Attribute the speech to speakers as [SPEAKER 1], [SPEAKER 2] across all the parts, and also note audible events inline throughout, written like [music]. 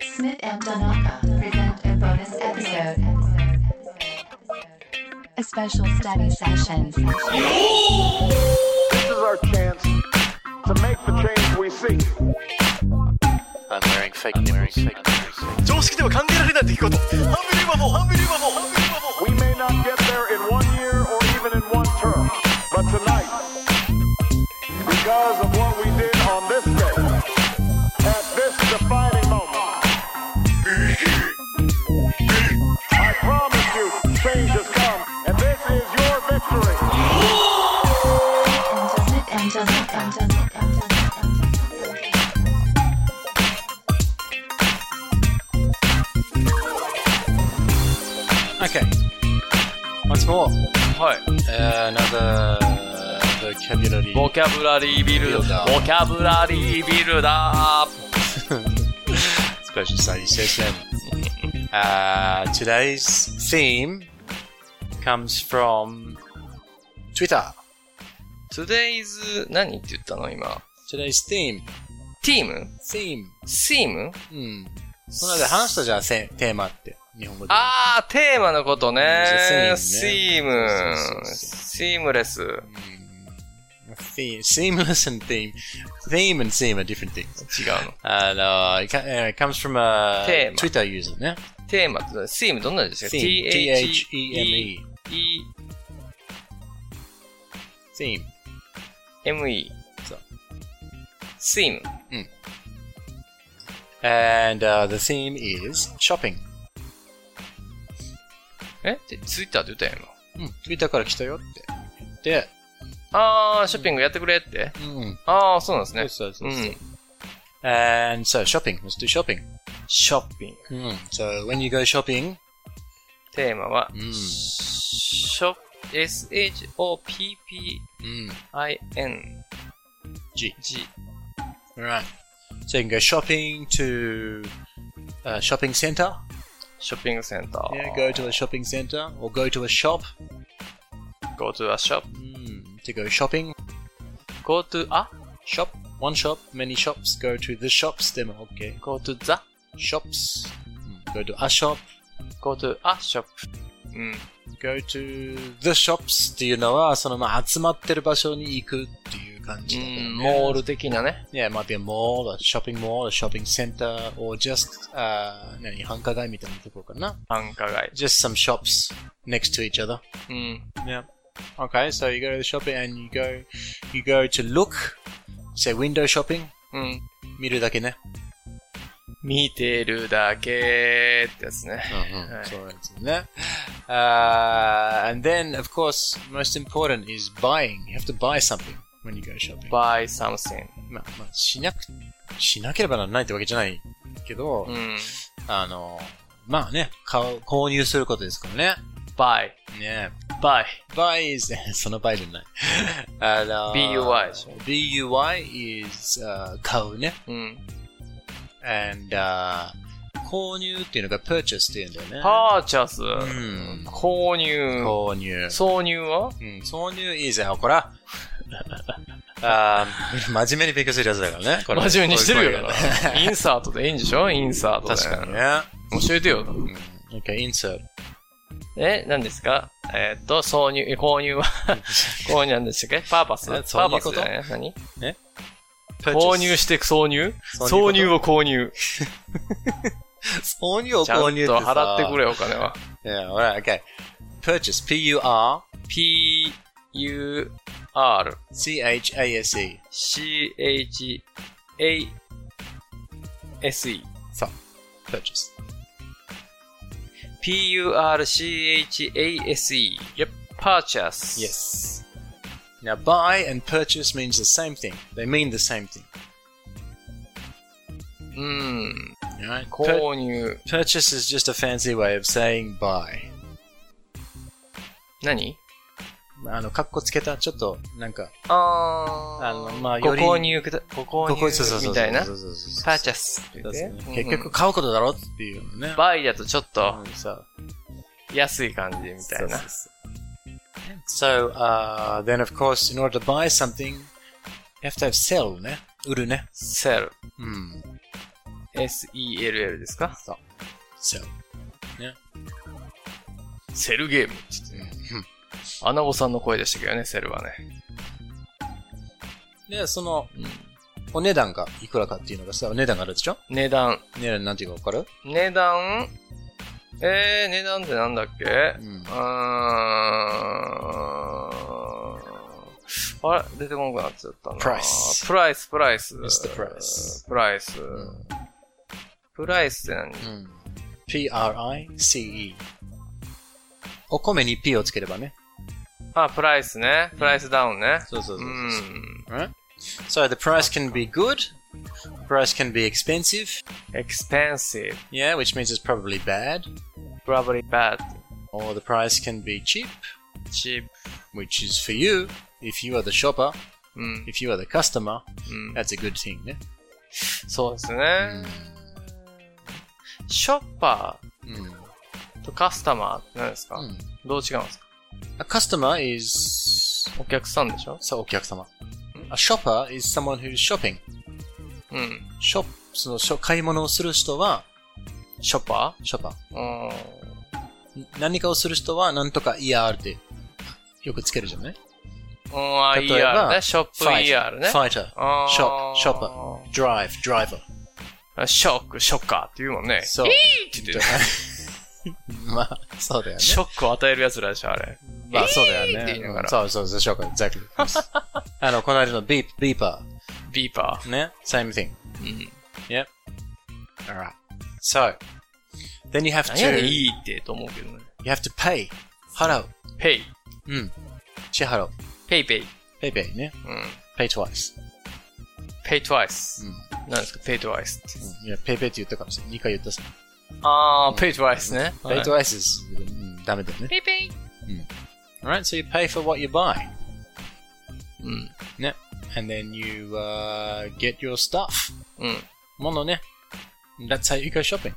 [SPEAKER 1] Smith and Donaka present a bonus episode. A special study session.
[SPEAKER 2] This is our chance to make the change we seek.
[SPEAKER 3] I'm wearing fake nipples. I'm
[SPEAKER 4] 常識では考えられない出来事ハンビリーバボーハンビリーバボーハンビリーバボ
[SPEAKER 2] We
[SPEAKER 4] ー
[SPEAKER 2] may not get there in one year or even in one term, but tonight, because of what we did on this day, at this defining moment, I promise you, change has come, and this is your victory.
[SPEAKER 1] Smith and Donaka.
[SPEAKER 5] Okay. Once more.
[SPEAKER 3] はい。
[SPEAKER 5] Uh, another vocabulary.
[SPEAKER 3] ボキャブラリービルダー。ボキャブラリービルダ
[SPEAKER 5] Special study session.
[SPEAKER 3] [laughs]
[SPEAKER 5] uh, today's theme comes from Twitter.
[SPEAKER 3] ー。Today's 何って言ったの今。
[SPEAKER 5] Today's theme.
[SPEAKER 3] ティーム
[SPEAKER 5] Theme. Hmm.
[SPEAKER 3] シーム
[SPEAKER 5] うん。この間話したじゃん、せテーマって。日本語で。
[SPEAKER 3] あー、テーマのことね。
[SPEAKER 5] シ
[SPEAKER 3] シ
[SPEAKER 5] ー
[SPEAKER 3] ー
[SPEAKER 5] ム
[SPEAKER 3] ム
[SPEAKER 5] ねそうそう。そう
[SPEAKER 3] シームレス。
[SPEAKER 5] うん Hmm. Theme. Seamless and theme. Theme and seam are different things.
[SPEAKER 3] 違うの。
[SPEAKER 5] あの、it co- uh, it comes from a
[SPEAKER 3] テーマ
[SPEAKER 5] Twitter user ね。
[SPEAKER 3] テーマって、シームどんなですか
[SPEAKER 5] Theme. E
[SPEAKER 3] ?T-H-E-M-E E.
[SPEAKER 5] T-H-E-M-E.。Theme.
[SPEAKER 3] M-E。
[SPEAKER 5] そう。
[SPEAKER 3] シーム。
[SPEAKER 5] And uh, the theme is shopping.
[SPEAKER 3] えって、ツイッターって言ったやん今。
[SPEAKER 5] うん、Twitter から来たよって言って、
[SPEAKER 3] あー、ショッピングやってくれって。
[SPEAKER 5] うん、
[SPEAKER 3] あー、そうなんですね。
[SPEAKER 5] そうそううそう。
[SPEAKER 3] ん。
[SPEAKER 5] And so shopping, let's do shopping.
[SPEAKER 3] ショッピング。
[SPEAKER 5] Mm. So when you go shopping,
[SPEAKER 3] テーマは、
[SPEAKER 5] うん
[SPEAKER 3] ショップ、S-H-O-P-P-I-N-G。
[SPEAKER 5] mm, G. Right. So you can go shopping to a shopping center.
[SPEAKER 3] ショッピングセンター。
[SPEAKER 5] Yeah, go to a shopping center or go to a shop
[SPEAKER 3] Go to a shop.
[SPEAKER 5] mm, to go shopping.
[SPEAKER 3] Go to a?
[SPEAKER 5] Shop, one shop, many shops. Go to the shops. Them okay.
[SPEAKER 3] Go to the?
[SPEAKER 5] Shops. Mm, Go to a shop.
[SPEAKER 3] Go to a shop. うん。
[SPEAKER 5] go to the shops っていうのは、uh, そのまあ集まってる場所に行くっていう感じだからね。
[SPEAKER 3] モール的なね。
[SPEAKER 5] Yeah, it might be a mall, a shopping mall, a shopping center, or just, uh, 何、繁華街みたいなところかな。
[SPEAKER 3] 繁華街。
[SPEAKER 5] Just some shops next to each other.
[SPEAKER 3] うん。
[SPEAKER 5] Yeah. Okay, so you go to the shopping and you go, you go to look, say window shopping,
[SPEAKER 3] うん。
[SPEAKER 5] 見るだけね。
[SPEAKER 3] 見てるだけってやつね。
[SPEAKER 5] うん
[SPEAKER 3] はい
[SPEAKER 5] そうなんですよね。Uh, and then, of course, most important is buying. You have to buy something when you go shopping.
[SPEAKER 3] buy something.
[SPEAKER 5] まあ、まあ、しなく、しなければならないってわけじゃないけど、
[SPEAKER 3] うん。
[SPEAKER 5] あの、まあね、買う、購入することですからね。
[SPEAKER 3] buy,
[SPEAKER 5] ね
[SPEAKER 3] buy,
[SPEAKER 5] buy is, [laughs] その buy じゃない。あの、
[SPEAKER 3] BUY でしょ
[SPEAKER 5] BUY is, uh, 買うね。
[SPEAKER 3] うん。
[SPEAKER 5] and, uh, 購入っていうのが purchase っていうんだよね。
[SPEAKER 3] purchase,
[SPEAKER 5] ん
[SPEAKER 3] 購入、
[SPEAKER 5] 購入。
[SPEAKER 3] 挿入
[SPEAKER 5] う
[SPEAKER 3] は
[SPEAKER 5] ん、挿入 is, あ、こら。 [laughs] あー真面目に勉強するやつだからね。これ
[SPEAKER 3] 真面目にしてるよ。
[SPEAKER 5] こう
[SPEAKER 3] だ
[SPEAKER 5] いう
[SPEAKER 3] からインサートでいいんでしょインサート
[SPEAKER 5] 声
[SPEAKER 3] で。
[SPEAKER 5] が確かに。ね。
[SPEAKER 3] 教えてよ。
[SPEAKER 5] うん。Okay, insert.
[SPEAKER 3] え、何ですかえーっと、挿入、え購
[SPEAKER 5] [laughs]
[SPEAKER 3] 入は購入なんでしたっけパーパス
[SPEAKER 5] え
[SPEAKER 3] パ
[SPEAKER 5] 挿
[SPEAKER 3] ー
[SPEAKER 5] 入こ
[SPEAKER 3] パス
[SPEAKER 5] と
[SPEAKER 3] じゃない何
[SPEAKER 5] Purchase
[SPEAKER 3] 購入して挿入
[SPEAKER 5] 挿
[SPEAKER 3] 挿
[SPEAKER 5] 入
[SPEAKER 3] 入を購入。
[SPEAKER 5] 挿入を
[SPEAKER 3] ちゃ
[SPEAKER 5] 購
[SPEAKER 3] ん
[SPEAKER 5] 入
[SPEAKER 3] と払ってく
[SPEAKER 5] れ。
[SPEAKER 3] れ、お金は。
[SPEAKER 5] Yeah, alright, okay. Purchase, P-U-R,
[SPEAKER 3] p, u, r,
[SPEAKER 5] C-H-A-S-E.
[SPEAKER 3] c, h, a, s, e.
[SPEAKER 5] そう。Purchase.
[SPEAKER 3] P-U-R-C-H-A-S-E. Yep. Purchase.
[SPEAKER 5] Yes. Now, buy and purchase means the same thing. They mean the same thing.
[SPEAKER 3] うん。
[SPEAKER 5] Alright? Pur-
[SPEAKER 3] 購入。
[SPEAKER 5] purchase is just a fancy way of saying buy.
[SPEAKER 3] 何
[SPEAKER 5] あの、かっこつけた、ちょっと、なんか、
[SPEAKER 3] あー。
[SPEAKER 5] あのまあ
[SPEAKER 3] ご
[SPEAKER 5] より
[SPEAKER 3] 購入くだ、ご購
[SPEAKER 5] ここそうそうそう
[SPEAKER 3] 入みたいな
[SPEAKER 5] そ。うそうそうそう
[SPEAKER 3] パーチャスって
[SPEAKER 5] そ
[SPEAKER 3] 言
[SPEAKER 5] う
[SPEAKER 3] っ
[SPEAKER 5] そう
[SPEAKER 3] てね。
[SPEAKER 5] 結
[SPEAKER 3] う
[SPEAKER 5] 局
[SPEAKER 3] ん、
[SPEAKER 5] 買うことだろっていうのね。
[SPEAKER 3] バイだとちょっと
[SPEAKER 5] うんそう
[SPEAKER 3] 安い感じみたいな。
[SPEAKER 5] So, uh, then of course, in order to buy something, you have to have sell ね。売るね。
[SPEAKER 3] セル。
[SPEAKER 5] うん。
[SPEAKER 3] SELL ですか
[SPEAKER 5] そう。So.
[SPEAKER 3] セルゲーム。アナゴさんの声でしたけどね、セルはね。
[SPEAKER 5] で、その、お値段がいくらかっていうのがさ、お値段があるでしょ
[SPEAKER 3] 値段。
[SPEAKER 5] 値段なんていうかわかる
[SPEAKER 3] 値段えー、値段ってなんだっけう
[SPEAKER 5] うん
[SPEAKER 3] ーん。あれ出てこなくなっちゃったな。
[SPEAKER 5] プライス
[SPEAKER 3] プライス、プライス。
[SPEAKER 5] Mr. Price
[SPEAKER 3] プライス。
[SPEAKER 5] ん
[SPEAKER 3] プライスって何
[SPEAKER 5] うん。P-R-I-C-E。お米に P をつければね。
[SPEAKER 3] あ、プライスね。プライスダウンね。
[SPEAKER 5] そうそうそううそう。
[SPEAKER 3] ん。
[SPEAKER 5] Right? So the price can be good, price can be expensive,
[SPEAKER 3] expensive,
[SPEAKER 5] yeah, which means it's probably bad,
[SPEAKER 3] probably bad,
[SPEAKER 5] or the price can be cheap,
[SPEAKER 3] cheap.
[SPEAKER 5] which is for you, if you are the shopper,
[SPEAKER 3] うん。
[SPEAKER 5] if you are the customer,
[SPEAKER 3] うん、
[SPEAKER 5] that's a good thing. Yeah?
[SPEAKER 3] そうですね。ショッパ
[SPEAKER 5] Mm.
[SPEAKER 3] ーとカスタマーって何ですか、
[SPEAKER 5] Mm.
[SPEAKER 3] どう違うんですか
[SPEAKER 5] A customer is
[SPEAKER 3] お客さんでしょ
[SPEAKER 5] so お客様. A shopper is someone who's shopping.
[SPEAKER 3] うん。
[SPEAKER 5] Shop その買い物をする人は
[SPEAKER 3] ショッパ
[SPEAKER 5] shopper.
[SPEAKER 3] ーうん。
[SPEAKER 5] 何かをする人はなんとか ER ってよくつけるじゃない
[SPEAKER 3] うん、あ、
[SPEAKER 5] 例えば
[SPEAKER 3] ER ね。ショップ ER ね。
[SPEAKER 5] Fighter,
[SPEAKER 3] あ
[SPEAKER 5] shop,
[SPEAKER 3] ー
[SPEAKER 5] shopper, drive, driver.
[SPEAKER 3] あショック、ショッカーって言うもんね。
[SPEAKER 5] そう
[SPEAKER 3] イーって言って、
[SPEAKER 5] [laughs] まあ、そうだよね。
[SPEAKER 3] ショックを与えるやつらでしょ、あれ。
[SPEAKER 5] まあ、そうだ
[SPEAKER 3] えー
[SPEAKER 5] よ
[SPEAKER 3] って
[SPEAKER 5] ね
[SPEAKER 3] 言いなが。ら
[SPEAKER 5] そうそうそう、ショック、exactly.
[SPEAKER 3] [laughs]
[SPEAKER 5] あの、この間のビープ、ビーパ
[SPEAKER 3] ビーパ
[SPEAKER 5] ー。ね。same thing.
[SPEAKER 3] ー。うん。
[SPEAKER 5] Yep. Alright. So, then you have
[SPEAKER 3] 何やねん、
[SPEAKER 5] to,
[SPEAKER 3] いいってと思うけどね。
[SPEAKER 5] you have to pay. 払う。
[SPEAKER 3] ペイ。
[SPEAKER 5] うん。支払う。
[SPEAKER 3] ペイペイ。
[SPEAKER 5] ペイペイね。
[SPEAKER 3] うん。
[SPEAKER 5] pay twice.
[SPEAKER 3] ペイトワイス
[SPEAKER 5] う。ん。
[SPEAKER 3] 何ですか、ペイトワイスって。
[SPEAKER 5] いや、ペイペイって言ったかもしれない。2回言ったさ。
[SPEAKER 3] あー、ペイトワイスね。
[SPEAKER 5] pay
[SPEAKER 3] イ
[SPEAKER 5] twice is, mm, うんダメだよね。
[SPEAKER 3] ペイペイ。
[SPEAKER 5] Mm. Alright, so you pay for what you buy.
[SPEAKER 3] うん。
[SPEAKER 5] ね。and then you, uh, get your stuff.
[SPEAKER 3] うん。
[SPEAKER 5] Monone. That's how you go shopping.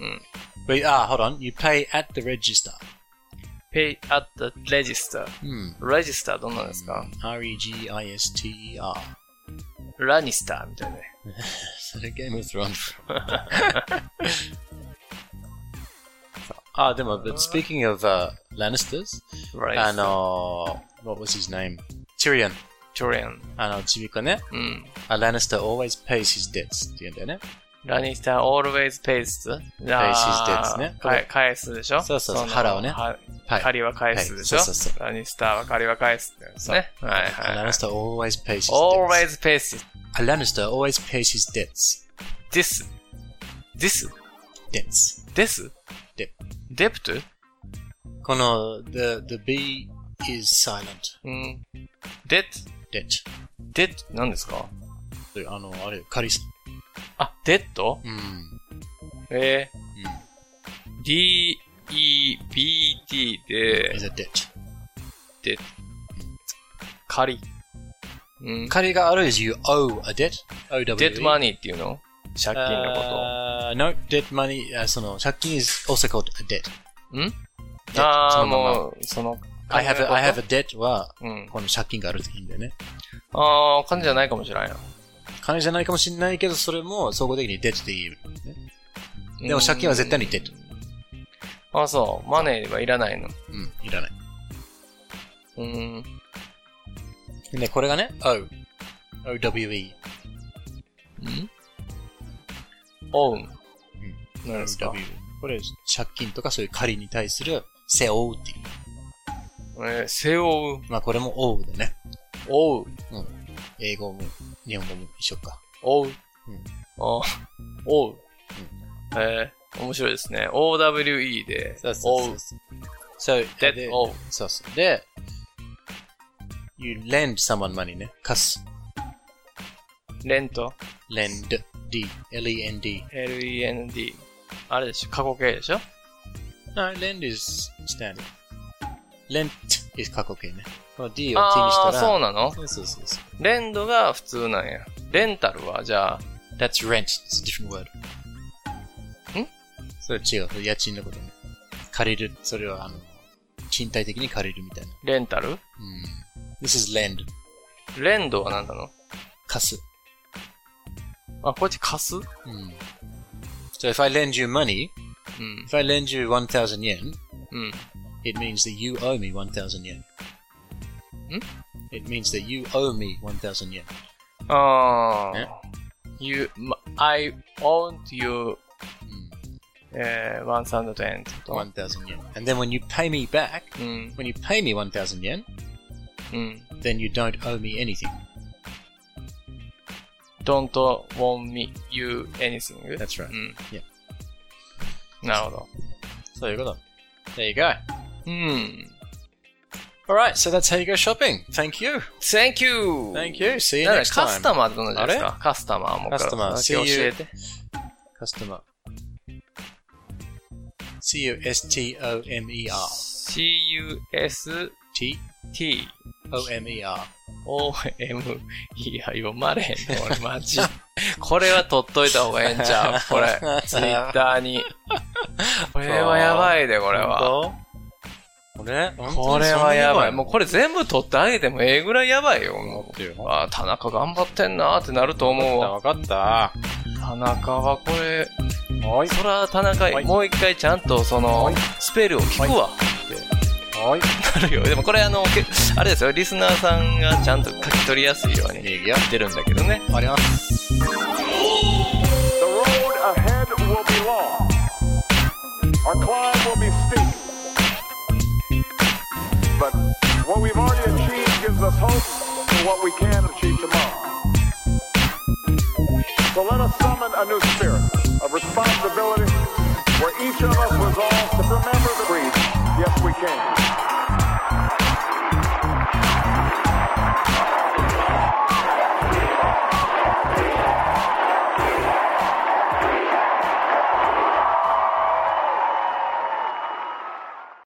[SPEAKER 3] Mm.
[SPEAKER 5] But ah, hold on. You pay at the register. Hmm.
[SPEAKER 3] pay at the register. register どんなんですか
[SPEAKER 5] R E G I S T E R.
[SPEAKER 3] ラニスターみたいなね。
[SPEAKER 5] So the [laughs] Game of Thrones. ah, demo. But speaking of uh, Lannisters,
[SPEAKER 3] ラ
[SPEAKER 5] and
[SPEAKER 3] ニス
[SPEAKER 5] uh, what was his name? Tyrion.
[SPEAKER 3] ター。トリアン。
[SPEAKER 5] And uh, Tibicone,
[SPEAKER 3] うん。
[SPEAKER 5] a Lannister always pays his debts. Do you know
[SPEAKER 3] ラニスター always pays.
[SPEAKER 5] his debts ねこれ
[SPEAKER 3] 返返すでしょ
[SPEAKER 5] そうそうそう
[SPEAKER 3] の
[SPEAKER 5] 腹をね
[SPEAKER 3] は
[SPEAKER 5] はい
[SPEAKER 3] 借りは返すでしょ
[SPEAKER 5] はいそうそうそ
[SPEAKER 3] ラニスターは借りは返すってやつね。はいはい
[SPEAKER 5] A
[SPEAKER 3] はい。
[SPEAKER 5] Lannister always pays his debts.
[SPEAKER 3] Uh-huh. always pays
[SPEAKER 5] A Lannister always pays his debts.
[SPEAKER 3] this. this.
[SPEAKER 5] Debts.
[SPEAKER 3] this.
[SPEAKER 5] Debt.
[SPEAKER 3] debt?
[SPEAKER 5] この、the, the B is silent.
[SPEAKER 3] うん。debt?
[SPEAKER 5] debt.
[SPEAKER 3] debt? 何ですか
[SPEAKER 5] であの、あれ、カリス。
[SPEAKER 3] あ、debt?
[SPEAKER 5] うん。
[SPEAKER 3] えー、d, e, b, t で
[SPEAKER 5] is、a debt.
[SPEAKER 3] 借り。うん。
[SPEAKER 5] 借りがある is you owe a debt. E. O-W-E.
[SPEAKER 3] debt money っていうの借金のこ
[SPEAKER 5] あー No, debt money, あその、借金 is also called a debt.
[SPEAKER 3] と。ん
[SPEAKER 5] debt
[SPEAKER 3] ああ、
[SPEAKER 5] そのまま
[SPEAKER 3] もう、その、
[SPEAKER 5] I have
[SPEAKER 3] 金の
[SPEAKER 5] a,
[SPEAKER 3] こと
[SPEAKER 5] I have a debt は、
[SPEAKER 3] うん。
[SPEAKER 5] この借金があるって意味だよね。
[SPEAKER 3] ああ、金じゃないかもしれんよ。
[SPEAKER 5] 金じゃないかもしれないけど、それも総合的に debt で言える、ね。でも
[SPEAKER 3] うん
[SPEAKER 5] 借金は絶対に debt。
[SPEAKER 3] あそう。マネーはいらないの。
[SPEAKER 5] うん、いらない。
[SPEAKER 3] うん。
[SPEAKER 5] でね、これがね、O. O-W-E.
[SPEAKER 3] オウン。何ですか
[SPEAKER 5] O-W-E これ、借金とかそういう借りに対する背負うっていう。
[SPEAKER 3] えー、背負う。
[SPEAKER 5] まあこれも O だね。
[SPEAKER 3] オウ。
[SPEAKER 5] 英語も日本語も一緒か。
[SPEAKER 3] オウ。
[SPEAKER 5] うん
[SPEAKER 3] あーオウ。えー、面白いですね。owe で、オウ。
[SPEAKER 5] そう。
[SPEAKER 3] debt
[SPEAKER 5] で、
[SPEAKER 3] オウ。
[SPEAKER 5] そうそう。で、you lend someone money ね。貸す。
[SPEAKER 3] レント。
[SPEAKER 5] lend, d, l-e-n-d.
[SPEAKER 3] L-E-N-D。あれでしょ過去形でしょ
[SPEAKER 5] No, lend is standard. lent is 過去形ね。この d を t にした
[SPEAKER 3] あ
[SPEAKER 5] ら
[SPEAKER 3] あ、。そうなの
[SPEAKER 5] そうそうそうそう。
[SPEAKER 3] レンドが普通なんや。レンタルはじゃあ、
[SPEAKER 5] that's rent. It's a different word.
[SPEAKER 3] ん
[SPEAKER 5] それ違う。それ家賃のことね。借りる。それはあの、賃貸的に借りるみたいな。
[SPEAKER 3] レンタル
[SPEAKER 5] Hmm. うん。this is lend.
[SPEAKER 3] レンドは何なの
[SPEAKER 5] 貸す。
[SPEAKER 3] あ、こっち貸すう
[SPEAKER 5] Hmm. So if I lend you money,
[SPEAKER 3] ん。
[SPEAKER 5] if I lend you 1,000 yen,
[SPEAKER 3] うん。
[SPEAKER 5] it means that you owe me 1,000 yen.
[SPEAKER 3] Hmm?
[SPEAKER 5] It means that you owe me 1,000 yen.
[SPEAKER 3] あ
[SPEAKER 5] ね
[SPEAKER 3] あ。you, ma- I owned you, えー、1000円ってこと。
[SPEAKER 5] 1,000 Hmm, yen. And then when you pay me back,
[SPEAKER 3] うん。
[SPEAKER 5] when you pay me 1,000 yen,
[SPEAKER 3] うん。
[SPEAKER 5] then you don't owe me anything.
[SPEAKER 3] don't want me, you, anything.
[SPEAKER 5] That's right.
[SPEAKER 3] うん。
[SPEAKER 5] Yeah.
[SPEAKER 3] なるほど。
[SPEAKER 5] So you got them. There you go.
[SPEAKER 3] うん。
[SPEAKER 5] All right, so that's how you go shopping. Thank you.
[SPEAKER 3] Thank you!
[SPEAKER 5] Thank you. See you
[SPEAKER 3] だから
[SPEAKER 5] next
[SPEAKER 3] カ
[SPEAKER 5] time.
[SPEAKER 3] スタマーってどんな字ですかカスタマーも
[SPEAKER 5] カスタマー
[SPEAKER 3] だけ
[SPEAKER 5] See
[SPEAKER 3] 教
[SPEAKER 5] you.
[SPEAKER 3] えて。
[SPEAKER 5] Customer. C U S T O M E R.
[SPEAKER 3] CUST
[SPEAKER 5] T O M E [laughs] R.
[SPEAKER 3] OM。いや、読まれへんね、俺マジ。これは取っといた方がええんちゃうこれ。ツイ
[SPEAKER 5] [laughs]
[SPEAKER 3] ッターに。これはやばいで、これは。
[SPEAKER 5] これ
[SPEAKER 3] これはやばい。もうこれ全部取ってあげてもええぐらいやばいよ。
[SPEAKER 5] 思
[SPEAKER 3] も
[SPEAKER 5] ってる
[SPEAKER 3] うあー、田中頑張ってんなーってなると思うわ。
[SPEAKER 5] わかった。
[SPEAKER 3] 田中はこれ、
[SPEAKER 5] はい。
[SPEAKER 3] そら田中、
[SPEAKER 5] はい
[SPEAKER 3] もう一回ちゃんとその、
[SPEAKER 5] はい
[SPEAKER 3] スペルを聞くわ。
[SPEAKER 5] はい。
[SPEAKER 3] なるよ。でもこれあの、けあれですよ、リスナーさんがちゃんと書き取りやすいように
[SPEAKER 5] い
[SPEAKER 3] 言
[SPEAKER 5] いよ。
[SPEAKER 3] ってるんだけどね。
[SPEAKER 5] あります。
[SPEAKER 2] The road ahead will be long. Our climb will be steep. But what we've already achieved gives us hope for what we can achieve tomorrow. So let us summon a new spirit of responsibility where each of us resolves to remember the creed, yes we can.